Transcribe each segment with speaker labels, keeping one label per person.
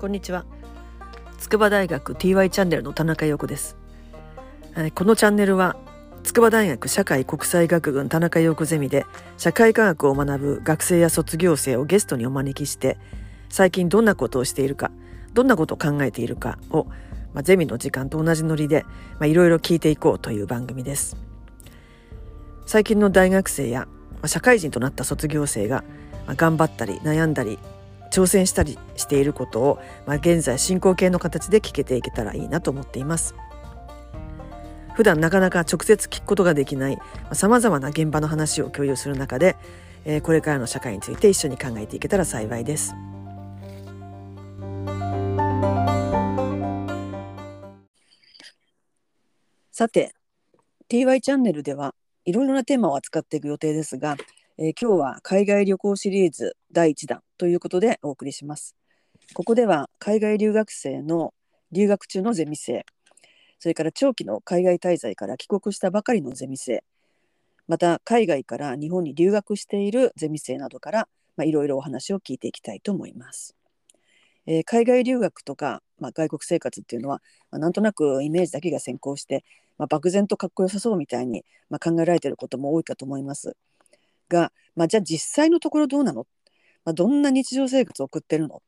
Speaker 1: こんにちは筑波大学 TY チャンネルの田中陽子ですえーこのチャンネルは筑波大学社会国際学群田中陽子ゼミで社会科学を学ぶ学生や卒業生をゲストにお招きして最近どんなことをしているかどんなことを考えているかを、まあ、ゼミの時間と同じノリでまあいろいろ聞いていこうという番組です最近の大学生やまあ社会人となった卒業生がまあ頑張ったり悩んだり挑戦したりしていることを、まあ、現在進行形の形で聞けていけたらいいなと思っています普段なかなか直接聞くことができないさまざ、まな現場の話を共有する中で、えーこれからの社会について一緒に考えていけたら幸いですさて TY チャンネルではいろいろなテーマを扱っていく予定ですが、えー今日は海外旅行シリーズ第1弾ということでお送りします。ここでは海外留学生の留学中のゼミ生、それから長期の海外滞在から帰国したばかりのゼミ生、また海外から日本に留学しているゼミ生などから、まあ、いろいろお話を聞いていきたいと思います。えー海外留学とか、まあ、外国生活っていうのは、まあ、なんとなくイメージだけが先行して、まあ、漠然とかっこよさそうみたいに、まあ、考えられていることも多いかと思いますが、まあ、じゃあ実際のところどうなの、まあ、どんな日常生活を送ってるの、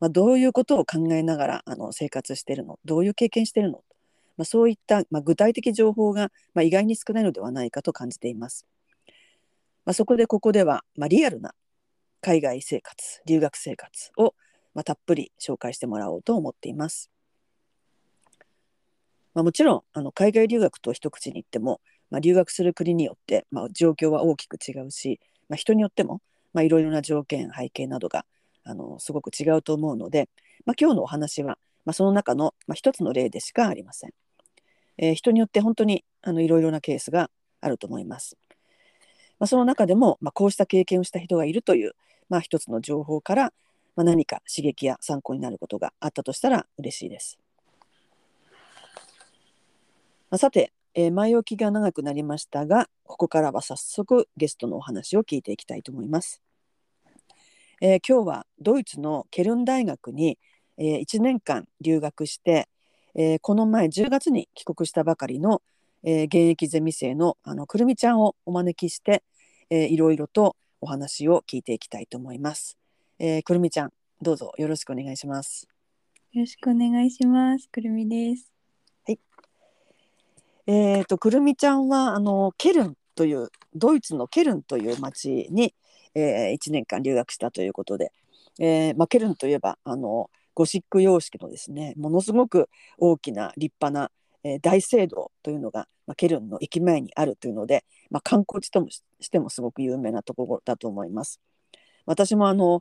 Speaker 1: まあ、どういうことを考えながらあの生活してるのどういう経験してるの、まあ、そういった、まあ、具体的情報が、まあ、意外に少ないのではないかと感じています、まあ、そこでここでは、まあ、リアルな海外生活留学生活を、まあ、たっぷり紹介してもらおうと思っていますまあ、もちろんあの海外留学と一口に言っても、まあ、留学する国によって、まあ、状況は大きく違うし、まあ、人によってもまあいろいろな条件背景などがあのすごく違うと思うので、まあ、今日のお話は、まあ、その中の、まあ、一つの例でしかありません。えー人によって本当にあのいろいろなケースがあると思います。まあ、その中でも、まあ、こうした経験をした人がいるという、まあ、一つの情報から、まあ、何か刺激や参考になることがあったとしたら嬉しいです。まあさて、えー前置きが長くなりましたがここからは早速ゲストのお話を聞いていきたいと思います、えー今日はドイツのケルン大学に、え1年間留学して、えーこの前10月に帰国したばかりの、えー現役ゼミ生のあのくるみちゃんをお招きして、えーいろいろとお話を聞いていきたいと思います、えーくるみちゃんどうぞよろしくお願いします
Speaker 2: よろしくお願いします。くるみです。
Speaker 1: えー、とくるみちゃんはあのケルンというドイツのケルンという町に、え1年間留学したということで、えーまあ、ケルンといえばあのゴシック様式のですねものすごく大きな立派な、えー大聖堂というのが、まあ、ケルンの駅前にあるというので、まあ、観光地ともししてもすごく有名なところだと思います。私もあの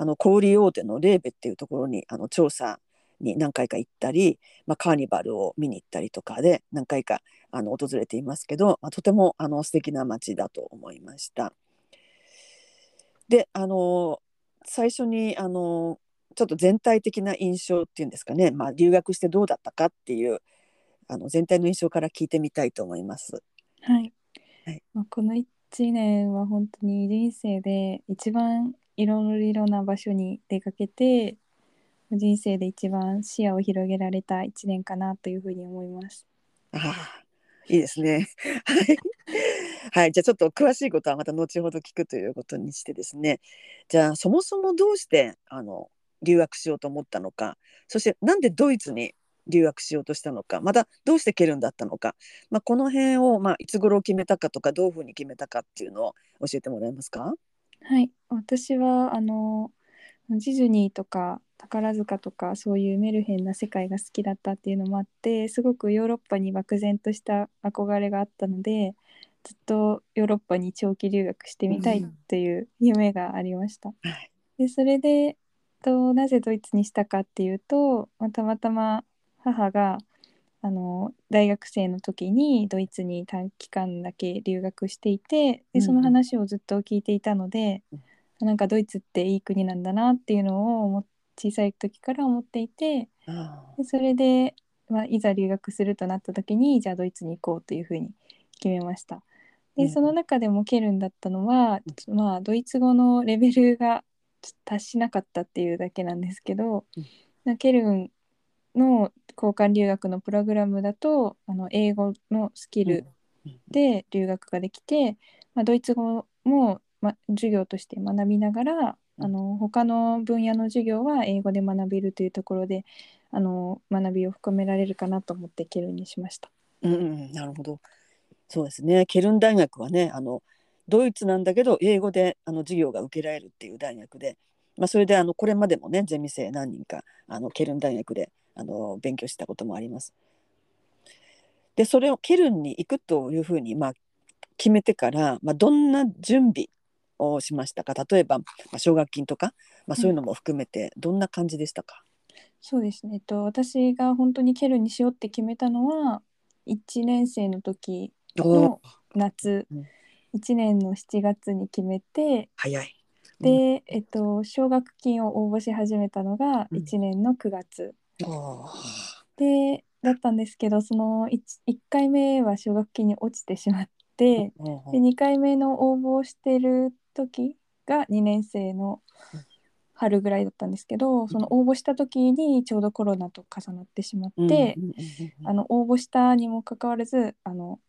Speaker 1: あの小売大手のレーベっていうところにあの調査に何回か行ったり、まあ、カーニバルを見に行ったりとかで何回かあの訪れていますけど、まあ、とてもあの素敵な街だと思いました。であの最初にあのちょっと全体的な印象っていうんですかね、まあ、留学してどうだったかっていうあの全体の印象から聞いてみたいと思います。
Speaker 2: はい。
Speaker 1: はい
Speaker 2: まあ、この1年は本当に人生で一番いろいろな場所に出かけて、人生で一番視野を広げられた1年かなというふうに思います。
Speaker 1: ああいいですね。 はい、はい、じゃあちょっと詳しいことはまた後ほど聞くということにしてですねじゃあそもそもどうしてあの留学しようと思ったのかそしてなんでドイツに留学しようとしたのかまたどうしてケルンだったのか、まあ、この辺を、まあ、いつ頃決めたかとかどういうふうに決めたかっていうのを教えてもらえますか
Speaker 2: はい。私は、あの、ディズニーとか宝塚とかそういうメルヘンな世界が好きだったっていうのもあってすごくヨーロッパに漠然とした憧れがあったのでずっとヨーロッパに長期留学してみたいという夢がありました。
Speaker 1: はい
Speaker 2: でそれでとなぜドイツにしたかっていうと、まあたまたま母があの大学生の時にドイツに短期間だけ留学していて
Speaker 1: うん
Speaker 2: でその話をずっと聞いていたので、
Speaker 1: うん
Speaker 2: なんかドイツっていい国なんだなっていうのを思っ小さい時から思っていて
Speaker 1: あ
Speaker 2: でそれで、まあ、いざ留学するとなった時にじゃあドイツに行こうというふうに決めました。
Speaker 1: う
Speaker 2: で
Speaker 1: ん
Speaker 2: その中でもケルンだったのは、まあ、ドイツ語のレベルがちょっと達しなかったっていうだけなんですけど、
Speaker 1: うん
Speaker 2: なケルンの交換留学のプログラムだとあの英語のスキルで留学ができて、まあ、ドイツ語も、ま、授業として学びながら
Speaker 1: うん
Speaker 2: あの他の分野の授業は英語で学べるというところであの学びを深められるかなと思ってケルンにしました。
Speaker 1: うんうん、なるほど。そうですね。ケルン大学はね、あのドイツなんだけど英語であの授業が受けられるっていう大学で、まあそれであのこれまでもねゼミ生何人かあのケルン大学であの勉強したこともあります。で、それをケルンに行くというふうにまあ決めてから、まあどんな準備をしましたか。例えばまあ奨学金とか、まあそういうのも含めてどんな感じでしたか。
Speaker 2: そうですね、えっと、私が本当にケルンにしようって決めたのは1年生の時
Speaker 1: おー
Speaker 2: の夏、
Speaker 1: うん
Speaker 2: 1年の7月に決めて
Speaker 1: 早い。
Speaker 2: で、えっと、奨学金を応募し始めたのが
Speaker 1: うん
Speaker 2: 1年の9月、
Speaker 1: おー
Speaker 2: でだったんですけどその 1, 回目は奨学金に落ちてしまって
Speaker 1: うんうん
Speaker 2: で2回目の応募をしてる時が2年生の春ぐらいだったんですけどその応募した時にちょうどコロナと重なってしまって。
Speaker 1: うんうんうんうんうん
Speaker 2: あの応募したにもかかわらずあの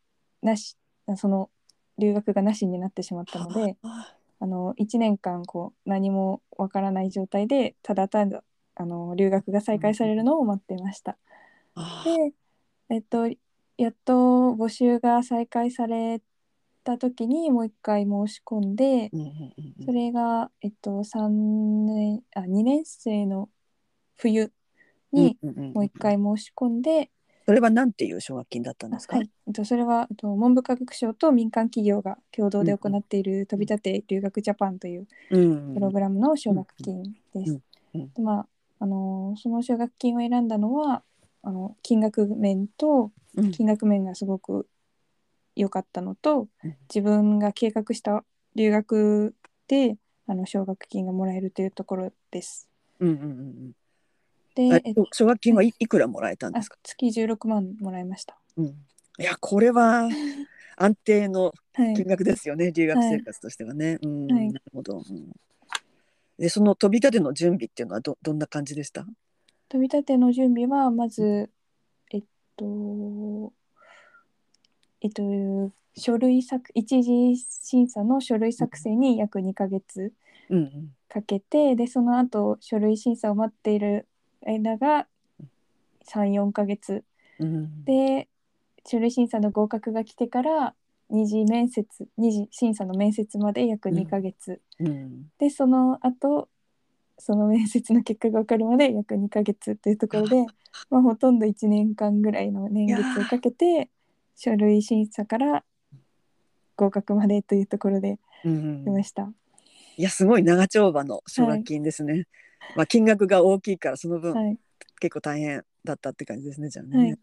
Speaker 2: なしその留学がなしになってしまったので
Speaker 1: あ
Speaker 2: あの1年間こう何もわからない状態でただただあの留学が再開されるのを待っていました。
Speaker 1: あ
Speaker 2: で、えっと、やっと募集が再開された時にもう一回申し込んで
Speaker 1: うんうんうんうん
Speaker 2: それが、えっと、三年あ2年生の冬に
Speaker 1: うんうんん
Speaker 2: もう一回申し込んで。
Speaker 1: それはなんていう奨学金だったんですか、
Speaker 2: はい、えっとそれはえっと文部科学省と民間企業が共同で行っている飛び立て留学ジャパンという
Speaker 1: うん
Speaker 2: プログラムの奨学金です。
Speaker 1: うんうん
Speaker 2: でまああのその奨学金を選んだのはあの金額面と
Speaker 1: うん
Speaker 2: 金額面がすごく良かったのと
Speaker 1: うん
Speaker 2: 自分が計画した留学であの奨学金がもらえるというところです。
Speaker 1: うんうんうんうん
Speaker 2: で、えっ
Speaker 1: あ
Speaker 2: と、
Speaker 1: 奨学金はいいくらもらえたん
Speaker 2: あ
Speaker 1: ですか、
Speaker 2: 月16万もらいました。
Speaker 1: うん、いやこれは安定の
Speaker 2: はい
Speaker 1: 金額ですよね、留学生活としてはね、うん
Speaker 2: はい
Speaker 1: なるほど、うん、でその飛び立ての準備っていうのはどどんな感じでした
Speaker 2: 飛び立ての準備はまずえっとえっと書類作一次審査の書類作成に約2ヶ月
Speaker 1: うんうん
Speaker 2: かけてでその後書類審査を待っている間が34ヶ月
Speaker 1: うん
Speaker 2: で書類審査の合格が来てから二次面接二次審査の面接まで約2ヶ月、
Speaker 1: うん
Speaker 2: でその後その面接の結果が分かるまで約2ヶ月というところ で、まあ、ほとんど1年間ぐらいの年月をかけて書類審査から合格までというところで
Speaker 1: うん
Speaker 2: 出ました。
Speaker 1: いやすごい長丁場の奨学金ですね、まあ金額が大きいからその分
Speaker 2: はい、
Speaker 1: 結構大変だったって感じですねじゃあね、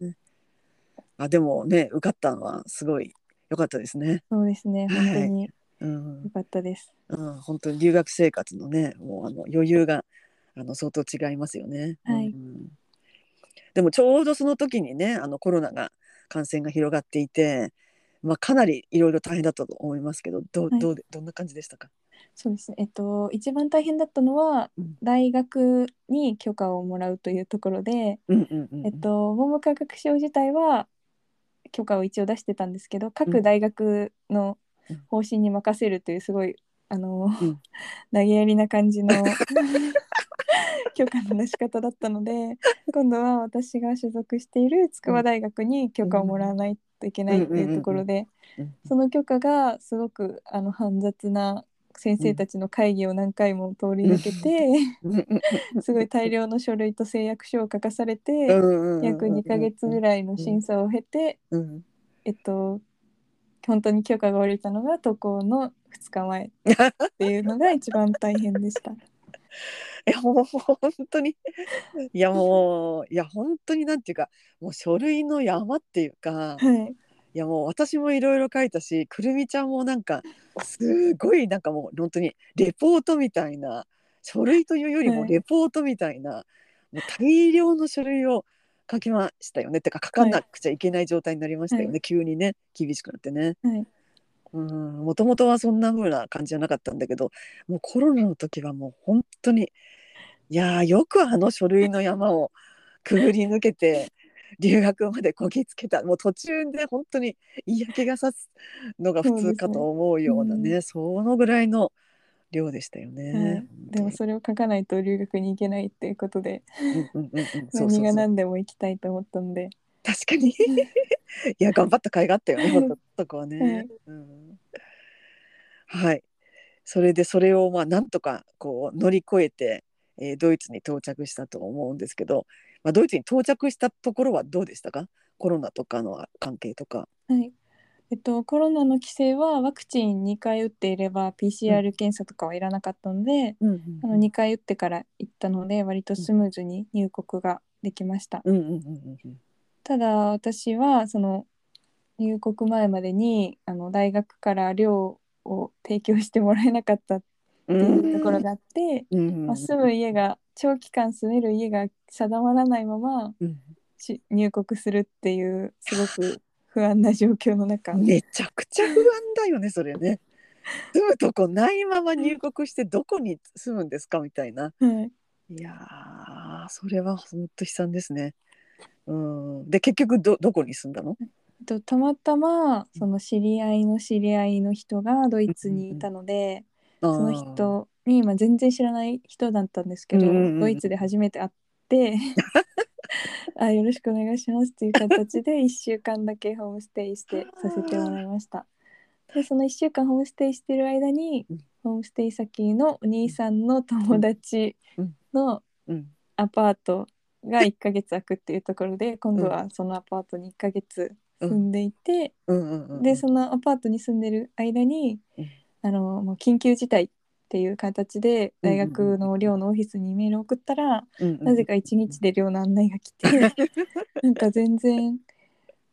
Speaker 1: あでもね受かったのはすごい良かったですね
Speaker 2: そうですね
Speaker 1: はい
Speaker 2: 本当に
Speaker 1: うん
Speaker 2: 良、かったです。
Speaker 1: うん、本当に留学生活のねもうあの余裕があの相当違いますよね、
Speaker 2: はい
Speaker 1: うん、でもちょうどその時にねあのコロナが感染が広がっていてまあかなりいろいろ大変だったと思いますけどどう
Speaker 2: はい
Speaker 1: どうでどんな感じでしたか、
Speaker 2: そうですね、えっと、一番大変だったのは
Speaker 1: うん
Speaker 2: 大学に許可をもらうというところで、
Speaker 1: うんうんうんうん
Speaker 2: えっと、文部科学省自体は許可を一応出してたんですけど
Speaker 1: うん
Speaker 2: 各大学の
Speaker 1: うん
Speaker 2: 方針に任せるというすごいあの、
Speaker 1: うん
Speaker 2: 投げやりな感じの 許可の出し方だったので今度は私が所属している筑波大学に許可をもらわないといけないというところで
Speaker 1: うん
Speaker 2: その許可がすごくあの煩雑な先生たちの会議を何回も通り抜けて、
Speaker 1: うんうんうん
Speaker 2: すごい大量の書類と誓約書を書かされて。
Speaker 1: うんうんうんうん
Speaker 2: 約2ヶ月ぐらいの審査を経て、
Speaker 1: うん
Speaker 2: えっと本当に許可が下りたのが渡航の2日前っていうのが一番大変でした。
Speaker 1: えもう本当に いやもういや本当になんていうかもう書類の山っていうか
Speaker 2: はい、
Speaker 1: いやもう私もいろいろ書いたしくるみちゃんもなんかすごいなんかもう本当にレポートみたいな書類というよりも
Speaker 2: はい
Speaker 1: レポートみたいな、もう大量の書類を書きましたよねってか書かなくちゃいけない状態になりましたよね、
Speaker 2: は
Speaker 1: 急にね厳しくなってね。
Speaker 2: はい
Speaker 1: もともとはそんな風な感じじゃなかったんだけどもうコロナの時はもう本当にいやーよくあの書類の山をくぐり抜けて留学までこぎつけたもう途中で本当に嫌気がさすのが普通かと思うようなねそのぐらいの量でしたよね。
Speaker 2: でもそれを書かないと留学に行けないっていうことで
Speaker 1: うんうんうんうんそうそう
Speaker 2: 何
Speaker 1: そ
Speaker 2: が
Speaker 1: う
Speaker 2: 何でも行きたいと思ったので
Speaker 1: 確かにいや頑張った甲斐があったよね
Speaker 2: うん
Speaker 1: またそこはね。うんはいそれでそれをまあなんとかこう乗り越えて、えードイツに到着したと思うんですけど、まあ、ドイツに到着したところはどうでしたかコロナとかの関係とか。
Speaker 2: はいえっと、コロナの規制はワクチン2回打っていれば PCR 検査とかはいらなかったので、
Speaker 1: うん
Speaker 2: あの2回打ってから行ったので割とスムーズに入国ができました、
Speaker 1: うんうんうんうん
Speaker 2: ただ私はその入国前までにあの大学から寮を提供してもらえなかったって
Speaker 1: うん
Speaker 2: いうところがあって、
Speaker 1: うんうん
Speaker 2: まあ、住む家が長期間住める家が定まらないまま
Speaker 1: うん
Speaker 2: し入国するっていうすごく不安な状況の中
Speaker 1: めちゃくちゃ不安だよねそれね。 住むとこないまま入国してどこに住むんですかみたいな。
Speaker 2: はい
Speaker 1: いやーそれは本当悲惨ですね。うん、で結局どどこに住んだの？
Speaker 2: えっとたまたまその知り合いの知り合いの人がドイツにいたので、
Speaker 1: そ
Speaker 2: その人に今全然知らない人だったんですけ
Speaker 1: うん
Speaker 2: ど、
Speaker 1: うんうん
Speaker 2: ドイツで初めて会って あよろしくお願いしますっていう形で1週間だけホームステイしてさせてもらいましたでその1週間ホームステイしてる間に、
Speaker 1: うん
Speaker 2: ホームステイ先のお兄さんの友達の
Speaker 1: うん、
Speaker 2: アパートが1ヶ月空くっていうところで今度はそのアパートに1ヶ月住んでいて、
Speaker 1: うんうんうん、
Speaker 2: でそのアパートに住んでる間に、
Speaker 1: うん
Speaker 2: あのもう緊急事態っていう形で
Speaker 1: うんう
Speaker 2: 大
Speaker 1: んうん
Speaker 2: 学の寮のオフィスにメールを送ったら、
Speaker 1: うんうん
Speaker 2: なぜか一日で寮の案内が来 てなんか全然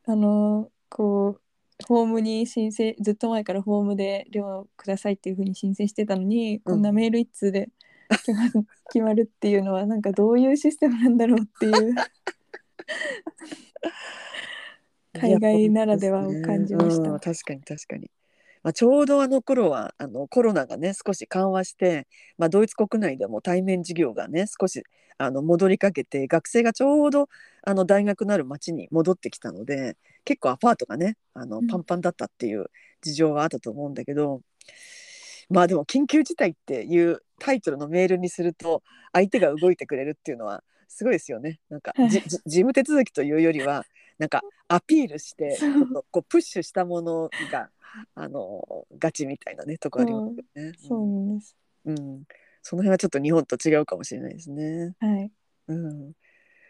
Speaker 2: あのこうホームに申請ずっと前からホームで寮くださいっていうふうに申請してたのに、こんなメール一 通で決まる決まるっていうのはなんかどういうシステムなんだろうっていう海外ならではを感じまし
Speaker 1: いや本当で
Speaker 2: た
Speaker 1: すねうん確かに確かに。まあ、ちょうどあの頃はあのコロナがね少し緩和して、まあ、ドイツ国内でも対面授業がね少しあの戻りかけて学生がちょうどあの大学のある町に戻ってきたので結構アパートがねあの
Speaker 2: うん
Speaker 1: パンパンだったっていう事情があったと思うんだけど、まあでも「緊急事態」っていうタイトルのメールにすると相手が動いてくれるっていうのはすごいですよね。なんかじじ事務手続きというよりはなんかアピールして
Speaker 2: そう
Speaker 1: ちょっとこうプッシュしたものがあのガチみたいなねとこありますよね。
Speaker 2: そうなんです。
Speaker 1: うん、うんその辺はちょっと日本と違うかもしれないですね。
Speaker 2: はい
Speaker 1: うん、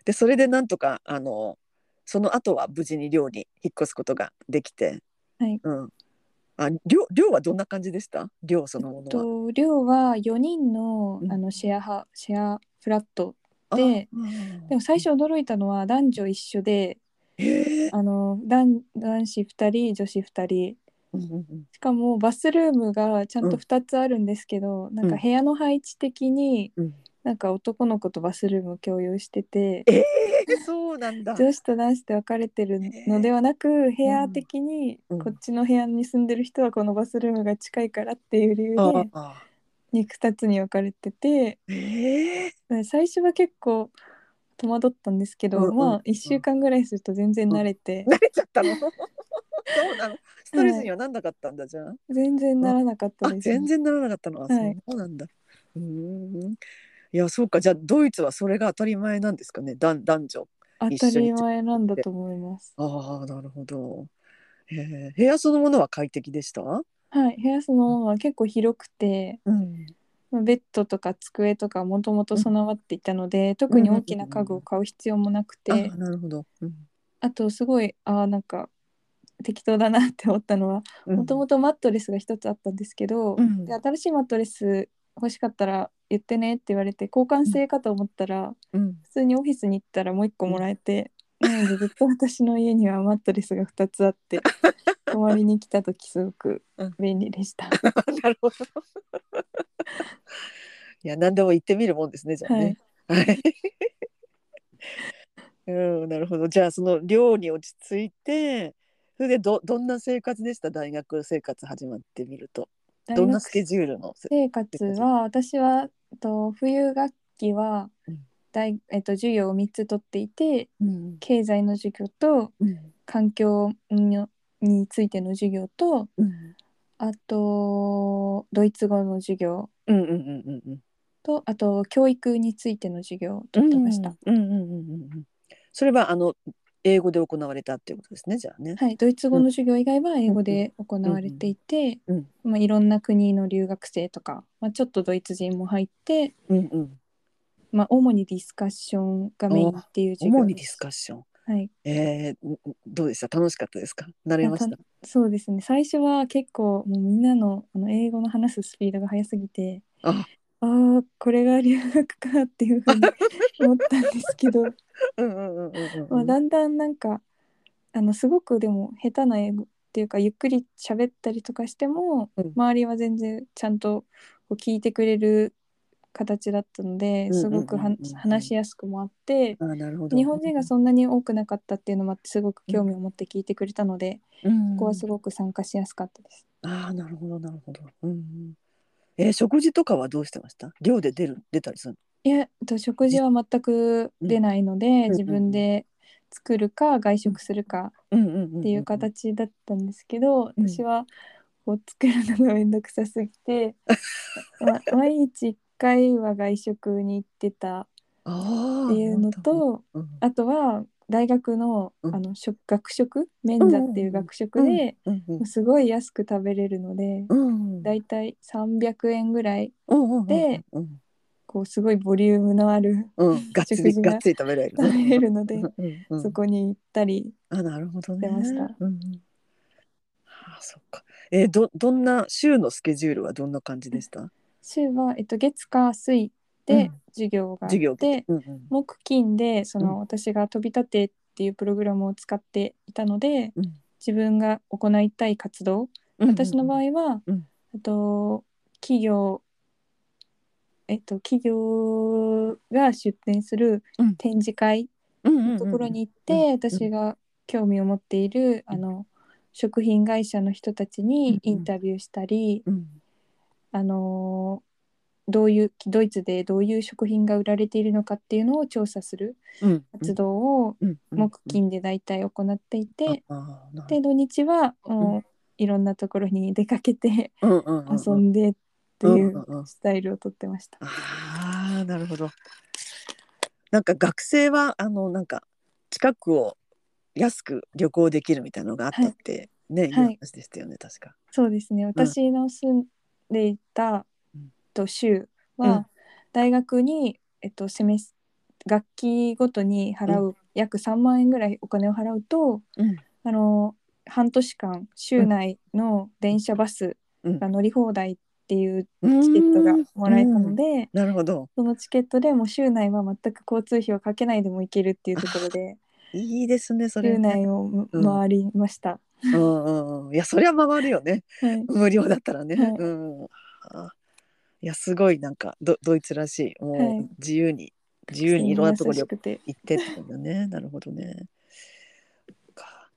Speaker 1: でそれでなんとかあのその後は無事に寮に引っ越すことができて、
Speaker 2: はい
Speaker 1: うん、あ寮寮はどんな感じでした寮そのも
Speaker 2: えっ
Speaker 1: のは。
Speaker 2: と寮は4人の
Speaker 1: うん
Speaker 2: あのシェアハシェアフラット
Speaker 1: あ
Speaker 2: で
Speaker 1: うん
Speaker 2: でも最初驚いたのは男女一緒で
Speaker 1: へえ
Speaker 2: あの男男子2人女子2人
Speaker 1: うんうん
Speaker 2: しかもバスルームがちゃん
Speaker 1: うん
Speaker 2: と2つあるんですけど、なんか部屋の配置的に
Speaker 1: うん
Speaker 2: なんか男の子とバスルームを共有してて
Speaker 1: ええそうなんだ。
Speaker 2: 女子と男子で分かれてるのではなく部屋的に
Speaker 1: うん
Speaker 2: こっちの部屋に住んでる人はこのバスルームが近いからっていう理由
Speaker 1: あ
Speaker 2: で
Speaker 1: あ
Speaker 2: 肉2つに分かれてて。
Speaker 1: ええ
Speaker 2: ね最初は結構戸惑ったんですけど、
Speaker 1: うんうん
Speaker 2: まあ1週間ぐらいすると全然慣れて、
Speaker 1: 慣れちゃった のそうなのストレスにはなんなかったんだじゃん。
Speaker 2: 全然ならなかった
Speaker 1: あ
Speaker 2: です、
Speaker 1: 全然ならなかったのは、
Speaker 2: は
Speaker 1: そ
Speaker 2: いう
Speaker 1: なんだ。うーん。いやそうかじゃあドイツはそれが当たり前なんですかね男男女。
Speaker 2: 当たり前なんだと思います
Speaker 1: ああなるほど。ええ部屋そのものは快適でした？
Speaker 2: はい部屋そのまま結構広くて
Speaker 1: うん。
Speaker 2: まあベッドとか机とかもともと備わっていたので、特に大きな家具を買う必要もなくて、
Speaker 1: あーなるほど。うん
Speaker 2: あとすごいあーなんか適当だなって思ったのは
Speaker 1: うん。
Speaker 2: もともとマットレスが一つあったんですけど、
Speaker 1: うん
Speaker 2: で新しいマットレス欲しかったら言ってねって言われて交換制かと思ったら、
Speaker 1: うん。
Speaker 2: 普通にオフィスに行ったらもう一個もらえて、なのでずっと私の家にはマットレスが2つあって泊まりに来た時すごく便利でした。
Speaker 1: なるほど。いや何でも言ってみるもんですねじゃあね。はい。 うんなるほどじゃあその寮に落ち着いてふ学でどどんな生活でした大学生活始まってみると どんなスケジュールのせ
Speaker 2: 生活は私はえっと冬学期は
Speaker 1: うん
Speaker 2: 大、えっと、授業を3つ取っていて
Speaker 1: うん
Speaker 2: 経済の授業と
Speaker 1: うん
Speaker 2: 環境にについての授業と
Speaker 1: うん
Speaker 2: あとドイツ語の授業
Speaker 1: うんうんうんうん
Speaker 2: とあと教育についての授業を取ってました、
Speaker 1: うんうんうんうんうんそれはあの英語で行われたっていうことですねじゃあね。
Speaker 2: はい、ドイツ語の授業以外は英語で行われていて、
Speaker 1: うんうん
Speaker 2: まあ、いろんな国の留学生とか、まあ、ちょっとドイツ人も入って、
Speaker 1: うんうん。
Speaker 2: まあ、主にディスカッションがメインっていう授業
Speaker 1: 主にディ
Speaker 2: です
Speaker 1: スカッション。
Speaker 2: はい、
Speaker 1: えー、んんどうでした楽しかったですか慣れました
Speaker 2: いやそうですね最初は結構もうみんなのあの英語の話すスピードが速すぎて
Speaker 1: あ
Speaker 2: あーこれが留学かっていうふうに思ったんですけど、
Speaker 1: うんうんうんうん
Speaker 2: まあ、
Speaker 1: うん
Speaker 2: だんだんなんかあのすごくでも下手な英語っていうかゆっくり喋ったりとかしても、
Speaker 1: うん
Speaker 2: 周りは全然ちゃんとこう聞いてくれる形だったので
Speaker 1: うんうん
Speaker 2: す
Speaker 1: うんうん
Speaker 2: ごくは話しやすくもあって。
Speaker 1: あーなるほど
Speaker 2: 日本人がそんなに多くなかったっていうのもあってすごく興味を持って聞いてくれたので、
Speaker 1: うん
Speaker 2: ここはすごく参加しやすかったです。
Speaker 1: ああなるほどなるほどうんうんえー、食事とかはどうしてました寮で出る出たりする
Speaker 2: いやえっと食事は全く出ないので、
Speaker 1: うん
Speaker 2: 自分で作るか外食するか
Speaker 1: のうんうんうん
Speaker 2: っていう形だったんですけど、
Speaker 1: うん
Speaker 2: 私はこう作るのがめんどくさすぎ て、ま毎日1回は外食に行ってた
Speaker 1: あ
Speaker 2: っ
Speaker 1: あ
Speaker 2: ていうの
Speaker 1: なる
Speaker 2: と
Speaker 1: ほど
Speaker 2: あとは大学の,、
Speaker 1: うん
Speaker 2: あの食学食免座っていう学食で、
Speaker 1: うんうん
Speaker 2: もうすごい安く食べれるので、
Speaker 1: うんうん
Speaker 2: だいたい300円ぐらい
Speaker 1: うんうん
Speaker 2: で
Speaker 1: うん
Speaker 2: こうすごいボリュームのある
Speaker 1: うんうんがっつ
Speaker 2: 食
Speaker 1: り
Speaker 2: 事が
Speaker 1: がっつり食べられる
Speaker 2: 食べれるので
Speaker 1: う。んうんうん
Speaker 2: そこに行ったり、
Speaker 1: あなるほどね
Speaker 2: 出ました
Speaker 1: うんうんあそっかえー、どどんな週のスケジュールはどんな感じでした
Speaker 2: 週は、えっと、月火水
Speaker 1: う
Speaker 2: で
Speaker 1: ん
Speaker 2: 授業があっ
Speaker 1: 授業
Speaker 2: て、
Speaker 1: うんうん
Speaker 2: 木金でその、
Speaker 1: うん
Speaker 2: 私が飛び立てっていうプログラムを使っていたので
Speaker 1: うん
Speaker 2: 自分が行いたい活動、私の場合は、
Speaker 1: うん
Speaker 2: あと企業えっと企業が出展する
Speaker 1: うん
Speaker 2: 展示会のところに行って、
Speaker 1: うんうん
Speaker 2: 私が興味を持っている、
Speaker 1: うん
Speaker 2: あの食品会社の人たちにインタビューしたり、
Speaker 1: うん
Speaker 2: あのーどういうドイツでどういう食品が売られているのかっていうのを調査する
Speaker 1: うん
Speaker 2: 活動を
Speaker 1: うんうん
Speaker 2: 木金で大体行っていて、
Speaker 1: ああな
Speaker 2: で
Speaker 1: る
Speaker 2: 土日はもういろんなところに出かけて
Speaker 1: ほどうんうんうん
Speaker 2: 遊
Speaker 1: うん
Speaker 2: んでってい
Speaker 1: ん
Speaker 2: う
Speaker 1: うんうん
Speaker 2: スタイルをとってました。
Speaker 1: ああなるほどなんか学生はあのなんか近くを安く旅行できるみたいなのがあったって、ね、いう話でしたよね確か
Speaker 2: そうですね私の住んでいた、
Speaker 1: うん
Speaker 2: と州
Speaker 1: うん
Speaker 2: は大学に、えっと、セメス楽器ごとに払う、約3万円ぐらいお金を払うと、
Speaker 1: うん
Speaker 2: あの半年間州内の電車バスが乗り放題っていうチケットがもらえたので、
Speaker 1: なるほど
Speaker 2: そのチケットでもう州内は全く交通費をかけないでも行けるっていうところで
Speaker 1: いいです ねそれ
Speaker 2: 州
Speaker 1: ね
Speaker 2: 内をむ
Speaker 1: うん
Speaker 2: 回りました。
Speaker 1: うんうんうんいやそりゃ回るよね
Speaker 2: はい
Speaker 1: 無料だったらね、
Speaker 2: はい
Speaker 1: うんあいやすごいなんかドドイツらしい
Speaker 2: は
Speaker 1: も
Speaker 2: いう
Speaker 1: 自由に、自由にいろんなところに
Speaker 2: 優しくて
Speaker 1: 行ってってことだね なるほどねか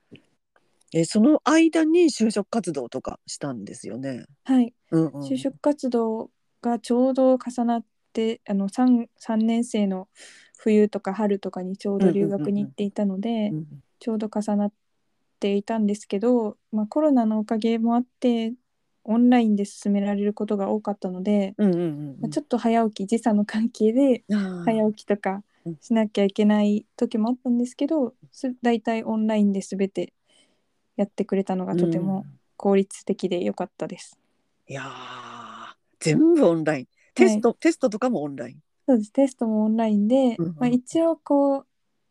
Speaker 1: えその間に就職活動とかしたんですよね、
Speaker 2: はい
Speaker 1: うんうん、
Speaker 2: 就職活動がちょうど重なってあの 3, 3年生の冬とか春とかにちょうど留学に行っていたので、
Speaker 1: うん
Speaker 2: ちょうど重なっていたんですけど、まあ、コロナのおかげもあってオンラインで進められることが多かったので、
Speaker 1: うんうんうんう
Speaker 2: まあ、
Speaker 1: ん
Speaker 2: ちょっと早起き時差の関係で
Speaker 1: あー
Speaker 2: 早起きとか
Speaker 1: うん
Speaker 2: しなきゃいけない時もあったんですけどす大体オンラインで全てやってくれたのがとても
Speaker 1: うん
Speaker 2: 効率的で良かったです。
Speaker 1: いやー全部オンラインテスト、テストとかもオンライン
Speaker 2: そうですテストもオンラインで、
Speaker 1: うんうん
Speaker 2: まあ、一応こう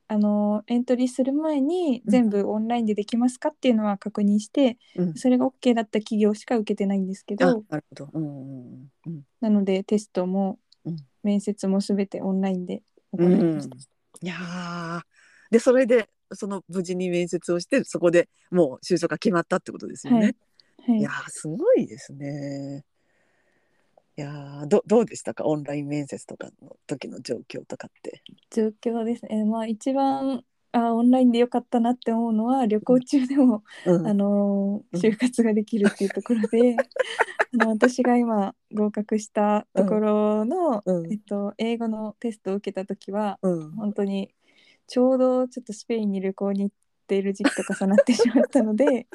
Speaker 2: あのエントリーする前に
Speaker 1: うん
Speaker 2: 全部オンラインでできますかっていうのは確認して、
Speaker 1: うん
Speaker 2: それが OK だった企業しか受けてないんですけ
Speaker 1: あ
Speaker 2: ど
Speaker 1: なるほどうんうんうん
Speaker 2: なのでテストも
Speaker 1: うん
Speaker 2: 面接も全てオンラインで
Speaker 1: う
Speaker 2: 行い
Speaker 1: ん、う
Speaker 2: ま
Speaker 1: ん
Speaker 2: した、、
Speaker 1: いやーでそれでその無事に面接をしてそこでもう就職が決まったってことですよね、
Speaker 2: はいはいい
Speaker 1: やーすごいですね。いやーどどうでしたかオンライン面接とかの時の状況とかって。
Speaker 2: 状況ですねまあ一番あオンラインでよかったなって思うのは旅行中でも、
Speaker 1: うん
Speaker 2: あの
Speaker 1: うん
Speaker 2: 就活ができるっていうとこ ろであの私が今合格したところの、
Speaker 1: うんうん
Speaker 2: えっと、英語のテストを受けた時は
Speaker 1: うん
Speaker 2: 本当にちょうどちょっとスペインに旅行に行っている時期と重なってしまった ので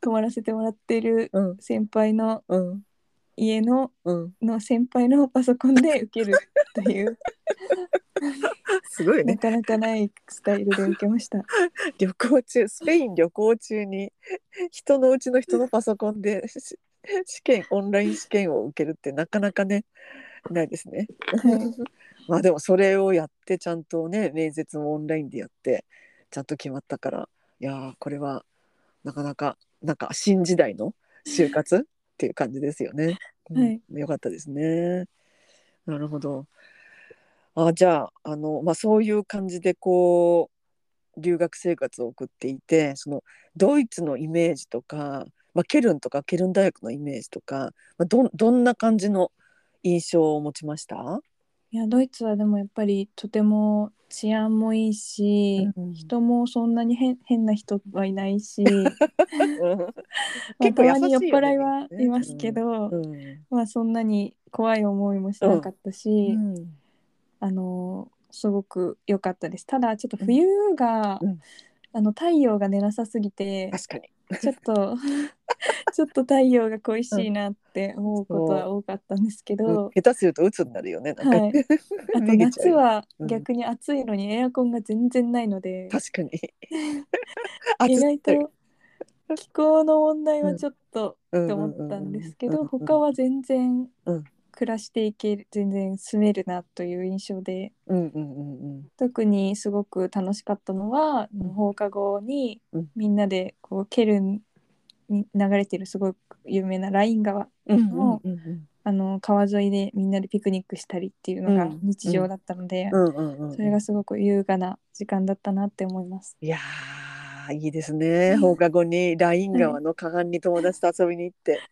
Speaker 2: 泊まらせてもらっている
Speaker 1: うん
Speaker 2: 先輩の
Speaker 1: うん
Speaker 2: 家の
Speaker 1: うん
Speaker 2: の先輩のパソコンで受けるという、
Speaker 1: すごい
Speaker 2: な
Speaker 1: ね
Speaker 2: かなかないスタイルで受けました。
Speaker 1: 旅行中スペイン旅行中に人のうちの人のパソコンでし試験オンライン試験を受けるってなかなかねないですね。
Speaker 2: はい
Speaker 1: まあでもそれをやってちゃんとね面接もオンラインでやってちゃんと決まったからいやーこれはなかなかなんか新時代の就活っていう感じですよね。うん
Speaker 2: はい
Speaker 1: よかったですね。なるほど。あじゃああの、まあ、そういう感じでこう留学生活を送っていてそのドイツのイメージとか、まあ、ケルンとかケルン大学のイメージとか、まあ、どんどんな感じの印象を持ちました、
Speaker 2: いやドイツはでもやっぱりとても治安もいいし、
Speaker 1: うん
Speaker 2: 人もそんなに変変な人はいない し
Speaker 1: 結構優しいよね
Speaker 2: まあたまに酔っ払いはいますけど、
Speaker 1: うん
Speaker 2: まあ、そんなに怖い思いもしなかったし、
Speaker 1: うん
Speaker 2: あのすごく良かったですただちょっと冬が、
Speaker 1: うん
Speaker 2: あの太陽が寝なさすぎ て
Speaker 1: 確かに
Speaker 2: ちょっと ちょっと太陽が恋しいなって思うことは多かったんですけど、
Speaker 1: 下手すると鬱になるよねなんか
Speaker 2: はい、 あと
Speaker 1: めげちゃう
Speaker 2: 夏は
Speaker 1: うん
Speaker 2: 逆に暑いのにエアコンが全然ないので、
Speaker 1: 確かに
Speaker 2: 意外
Speaker 1: 暑い
Speaker 2: と気候の問題はちょっと
Speaker 1: う
Speaker 2: っ
Speaker 1: ん
Speaker 2: て思ったんですけ
Speaker 1: う
Speaker 2: ど、
Speaker 1: んうんうん
Speaker 2: 他は全然
Speaker 1: うん
Speaker 2: 暮らしていける全然住めるなという印象で
Speaker 1: うんうんうんうん
Speaker 2: 特にすごく楽しかったのは、
Speaker 1: うん
Speaker 2: 放課後に
Speaker 1: うん
Speaker 2: みんなでこうケルンに流れてるすごく有名なライン川
Speaker 1: うんうんうん
Speaker 2: あの川沿いでみんなでピクニックしたりっていうのが
Speaker 1: うん
Speaker 2: 日常だったので、
Speaker 1: うんうんうん
Speaker 2: それがすごく優雅な時間だったなって思います。
Speaker 1: いやーいいですね放課後にライン川の河岸に友達と遊びに行って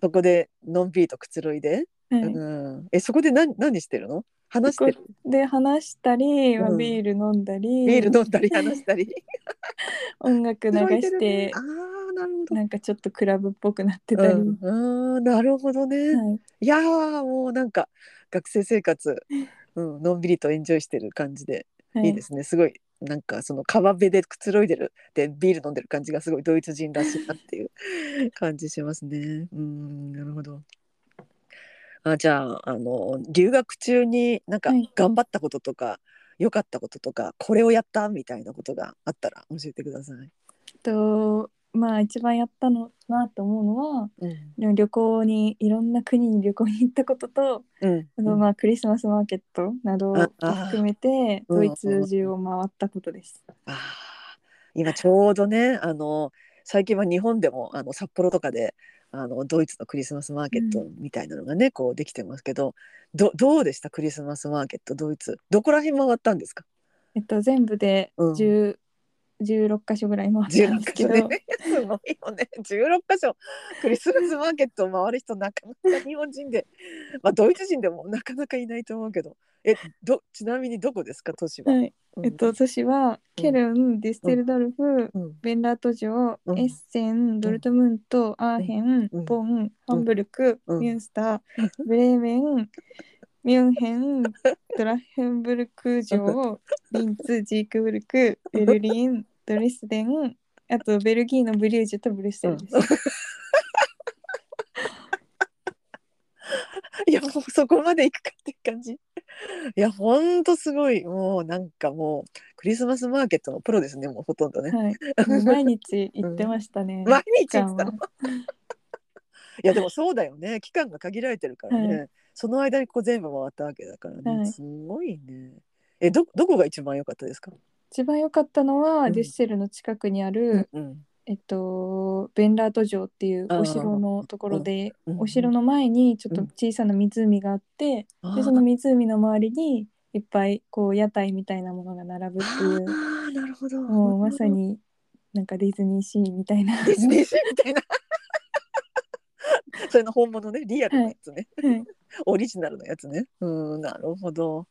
Speaker 1: そこでのんびりとくつろいで
Speaker 2: はい
Speaker 1: うんえそこで何何してるの話してる
Speaker 2: で話したり、まあ
Speaker 1: うん
Speaker 2: ビール飲んだり
Speaker 1: ビール飲んだり話したり
Speaker 2: 音楽流して
Speaker 1: ああーなるほど
Speaker 2: なんかちょっとクラブっぽくなってたり、
Speaker 1: うん、うんなるほどね、
Speaker 2: はい、
Speaker 1: いやーもうなんか学生生活、うん、のんびりとエンジョイしてる感じで
Speaker 2: はい
Speaker 1: いですね、すごいなんかその川辺でくつろいでるでビール飲んでる感じがすごいドイツ人らしいなっていう 感じしますねうんなるほどあじゃああの留学中になんか
Speaker 2: はい
Speaker 1: 頑張ったこととか良、かったこととかこれをやったみたいなことがあったら教えてください、
Speaker 2: とまあ一番やったのなと思うのは
Speaker 1: うん
Speaker 2: でも旅行にいろんな国に旅行に行ったことと、
Speaker 1: うん
Speaker 2: あのまあクリスマスマーケットなどを
Speaker 1: ああー
Speaker 2: 含めて
Speaker 1: うん
Speaker 2: ドイツ中を回ったことです。
Speaker 1: ああ、今ちょうどね、あの最近は日本でもあの札幌とかであのドイツのクリスマスマーケットみたいなのがね、こうできてますけど、どどうでしたクリスマスマーケットドイツ？どこら辺回ったんですか？
Speaker 2: えっと全部で
Speaker 1: うん
Speaker 2: 10、16箇所ぐらい回
Speaker 1: 十
Speaker 2: ったん
Speaker 1: 六
Speaker 2: です
Speaker 1: 箇所
Speaker 2: けど、
Speaker 1: ね、すごいよね。十六箇所クリスマスマーケットを回る人なかなか日本人で、まあドイツ人でもなかなかいないと思うけど、えどちなみにどこですか都市は？
Speaker 2: はい、
Speaker 1: うん
Speaker 2: えっと、私はケルン、ディステルドルフ、
Speaker 1: うん、
Speaker 2: ベンラート城、
Speaker 1: うん
Speaker 2: エッセン、ドルトムント、アーヘン、
Speaker 1: うん
Speaker 2: ボン、ハンブルク、
Speaker 1: うん
Speaker 2: ミュンスター、ブレーメ ン、ミュンヘン、ドラヘンブルク城、リンツ、ジークブルク、ベルリン、ドレスデン、あとベルギーのブリュージュとブリュッセルです。
Speaker 1: いやもうそこまで行くかっていう感じ。 いやほんとすごいもうなんかもうクリスマスマーケットのプロですねもうほとんどね。
Speaker 2: はい、もう毎日行ってましたね。
Speaker 1: 毎日
Speaker 2: 期
Speaker 1: 行っ
Speaker 2: 間
Speaker 1: て
Speaker 2: は
Speaker 1: たの。いやでもそうだよね期間が限られてるからね、
Speaker 2: は
Speaker 1: その間にこう全部回ったわけだからね、
Speaker 2: はい
Speaker 1: すごいね。えどどこが一番良かったですか、
Speaker 2: 一番良かったの
Speaker 1: う
Speaker 2: は
Speaker 1: ん
Speaker 2: デュッセルの近くにある、
Speaker 1: うん
Speaker 2: えっと、ベンラート城っていう
Speaker 1: あー
Speaker 2: お城のところで、
Speaker 1: うんうん
Speaker 2: お城の前にちょっと小さな湖があって、
Speaker 1: あ
Speaker 2: で
Speaker 1: ー
Speaker 2: その湖の周りにいっぱいこう屋台みたいなものが並ぶっていう
Speaker 1: あーなるほど
Speaker 2: もうまさ になんかディズニーシーみたいな、は
Speaker 1: ディズニーシーみたいな それの本物ねリアルなやつね、
Speaker 2: い、
Speaker 1: オリジナルのやつね。うん、なるほど。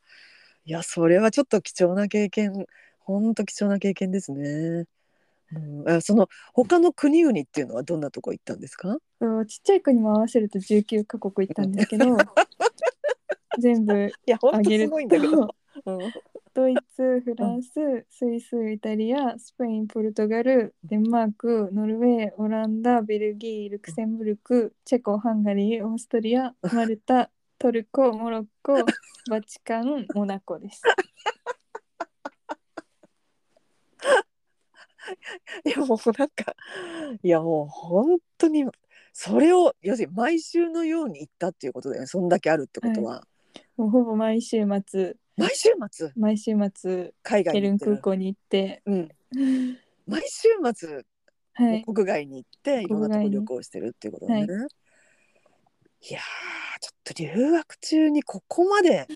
Speaker 1: いや、それはちょっと貴重な経験。本当貴重な経験ですね。うん、あその他の国々っていうのはどんなとこ行ったんですか？
Speaker 2: そうちっちゃい子にも合わせると19カ国行ったんです けど全部
Speaker 1: いや
Speaker 2: あ
Speaker 1: 本当
Speaker 2: げ
Speaker 1: す
Speaker 2: ると
Speaker 1: ごいんだけど。うん、
Speaker 2: ドイツフランススイスイタリアスペインポルトガルデンマークノルウェーオランダベルギールクセンブルクチェコハンガリーオーストリアマルタトルコモロッコバチカンモナコです。
Speaker 1: いやもうなんかいやもう本当にそれを要するに毎週のように行ったっていうことだよね。そんだけあるってことは、
Speaker 2: もうほぼ毎週末
Speaker 1: 毎週末
Speaker 2: 毎週末
Speaker 1: 海外
Speaker 2: ケ
Speaker 1: に行っ
Speaker 2: ルン
Speaker 1: てる
Speaker 2: 空港に行って
Speaker 1: うん、毎週末
Speaker 2: はい
Speaker 1: 国外に行っていろんなとこ
Speaker 2: 国外に
Speaker 1: 旅行してるっていうことね。い、やーちょっと留学中にここまで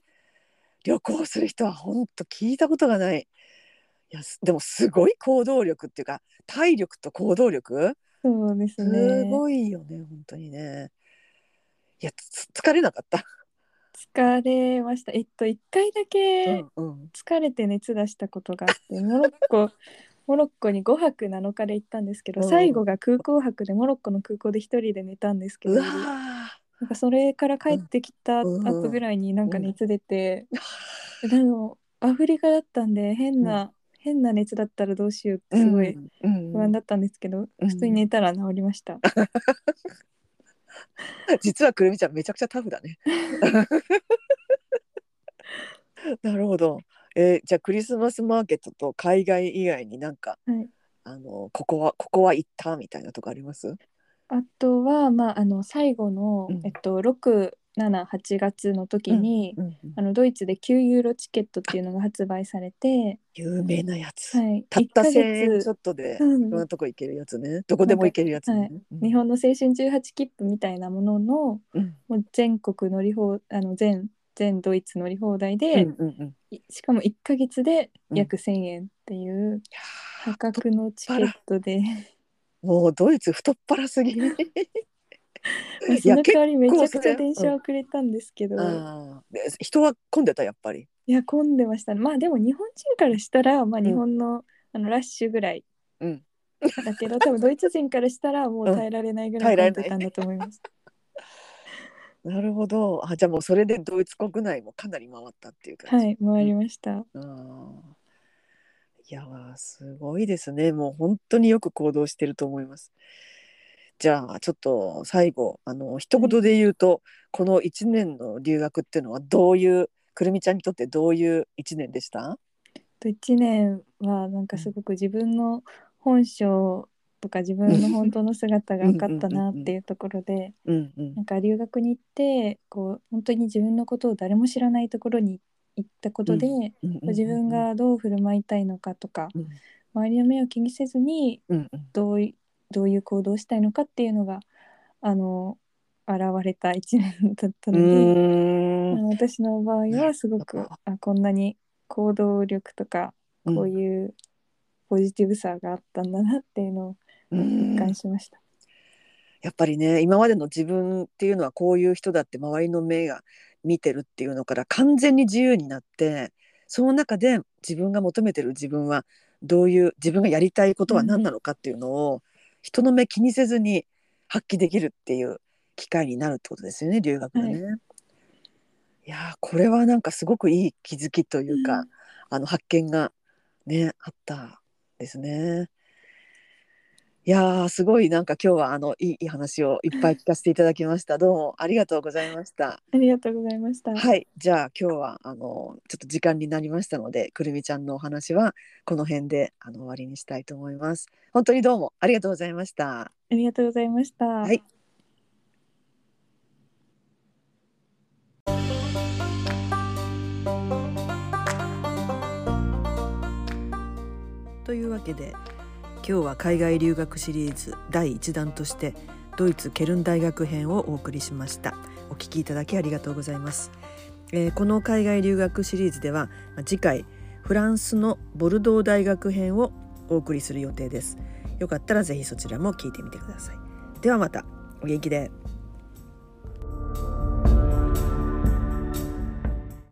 Speaker 1: 旅行する人は本当聞いたことがない。いやすでもすごい行動力っていうか体力と行動力
Speaker 2: そうです
Speaker 1: す
Speaker 2: ね
Speaker 1: ごいよね本当にね。いやつ疲れなかった。
Speaker 2: 疲れましたえっと1回だけ、
Speaker 1: うんうん、
Speaker 2: 疲れて熱出したことがあってモロッコ モロッコに5泊7日で行ったんですけど、
Speaker 1: うん
Speaker 2: 最後が空港泊でモロッコの空港で一人で寝たんですけ
Speaker 1: う
Speaker 2: ど
Speaker 1: わ
Speaker 2: な
Speaker 1: ー
Speaker 2: んかそれから帰ってきた後ぐらいになんか熱出て、でもアフリカだったんで変な、変な熱だったらどうしようってすごい
Speaker 1: うん
Speaker 2: 不安だったんですけど、
Speaker 1: うん
Speaker 2: 普通に寝たら治り ました、
Speaker 1: 実はくるみちゃんめちゃくちゃタフだね。 なるほど。えーじゃあクリスマスマーケットと海外以外になんか、
Speaker 2: はい
Speaker 1: あのここはここは行ったみたいなとこあります？
Speaker 2: あとは、まあ、あの最後の、
Speaker 1: うん
Speaker 2: えっと、678月の時に、
Speaker 1: うん、
Speaker 2: あのドイツで9ユーロチケットっていうのが発売されて、
Speaker 1: 有名なやつ。
Speaker 2: はい、
Speaker 1: たった
Speaker 2: 1ヶ
Speaker 1: 千
Speaker 2: 月
Speaker 1: 円ちょっとでい
Speaker 2: うん
Speaker 1: ろんなとこ行けるやつね。どこでも行けるやつね。うん
Speaker 2: 日本の青春18切符みたいなものの
Speaker 1: うん
Speaker 2: もう全国乗り放あの全全ドイツ乗り放題
Speaker 1: うん
Speaker 2: で、
Speaker 1: うんうん。
Speaker 2: いしかも1ヶ月で約1,000円っていう破格のチケットで
Speaker 1: もうドイツ太っ腹すぎ。
Speaker 2: まあ
Speaker 1: い
Speaker 2: そ
Speaker 1: や
Speaker 2: の
Speaker 1: 結
Speaker 2: 代わりめちゃく
Speaker 1: そ
Speaker 2: ち
Speaker 1: れ
Speaker 2: ゃ電車遅れたんですけど、
Speaker 1: あーで人は混んでたやっぱり。
Speaker 2: いや混んでましたねまあでも日本人からしたら、まあ、
Speaker 1: ん
Speaker 2: 日本の,、あのラッシュぐらい
Speaker 1: うん
Speaker 2: だけど多分ドイツ人からしたらもう耐えられないぐらい
Speaker 1: うん
Speaker 2: 混んでたんだと思います。
Speaker 1: なるほど。あ、じゃあもうそれでドイツ国内もかなり回ったっていう感
Speaker 2: は
Speaker 1: じ。
Speaker 2: い回りました。
Speaker 1: ああ。いやー、すごいですね。もう本当によく行動してると思います。じゃあちょっと最後、あの一言で言うと、この一年の留学っていうのはどういうくるみちゃんにとってどういう一年でした？
Speaker 2: と1年はなんかすごく自分の本性とか自分の本当の姿が分かったなっていうところで
Speaker 1: うんうん
Speaker 2: なんか留学に行ってこう本当に自分のことを誰も知らないところに行ったことで、
Speaker 1: うんうん。
Speaker 2: 自分がどう振る舞いたいのかとか、
Speaker 1: うん
Speaker 2: 周りの目を気にせずに
Speaker 1: うんうん。
Speaker 2: どういどういう行動をしたいのかっていうのがあの現れた1年だった
Speaker 1: う
Speaker 2: ので。
Speaker 1: ー
Speaker 2: あ
Speaker 1: ん。
Speaker 2: の私の場合はすごく
Speaker 1: なるほ
Speaker 2: あこんなに行動力とか
Speaker 1: うん
Speaker 2: こういうポジティブさがあったんだなっていうのを
Speaker 1: うん
Speaker 2: 実感しました。
Speaker 1: やっぱりね今までの自分っていうのはこういう人だって周りの目が見てるっていうのから完全に自由になってその中で自分が求めてる自分はどういう自分がやりたいことは何なのかっていうのを、人の目気にせずに発揮できるっていう機会になるってことですよね留学がね。い、やーこれはなんかすごくいい気づきというか、
Speaker 2: うん
Speaker 1: あの発見がねあったですね。いやーすごいなんか今日はあのいいいい話をいっぱい聞かせていただきました。どうもありがとうございました。
Speaker 2: ありがとうございました。
Speaker 1: はい、じゃあ今日はあのちょっと時間になりましたので、くるみちゃんのお話はこの辺であの終わりにしたいと思います。本当にどうもありがとうございました。
Speaker 2: ありがとうございました。
Speaker 1: はいというわけで今日は海外留学シリーズ第1弾としてドイツケルン大学編をお送りしましたお聞きいただきありがとうございます、えーこの海外留学シリーズではまあ次回フランスのボルドー大学編をお送りする予定ですよかったらぜひそちらも聞いてみてくださいではまたお元気で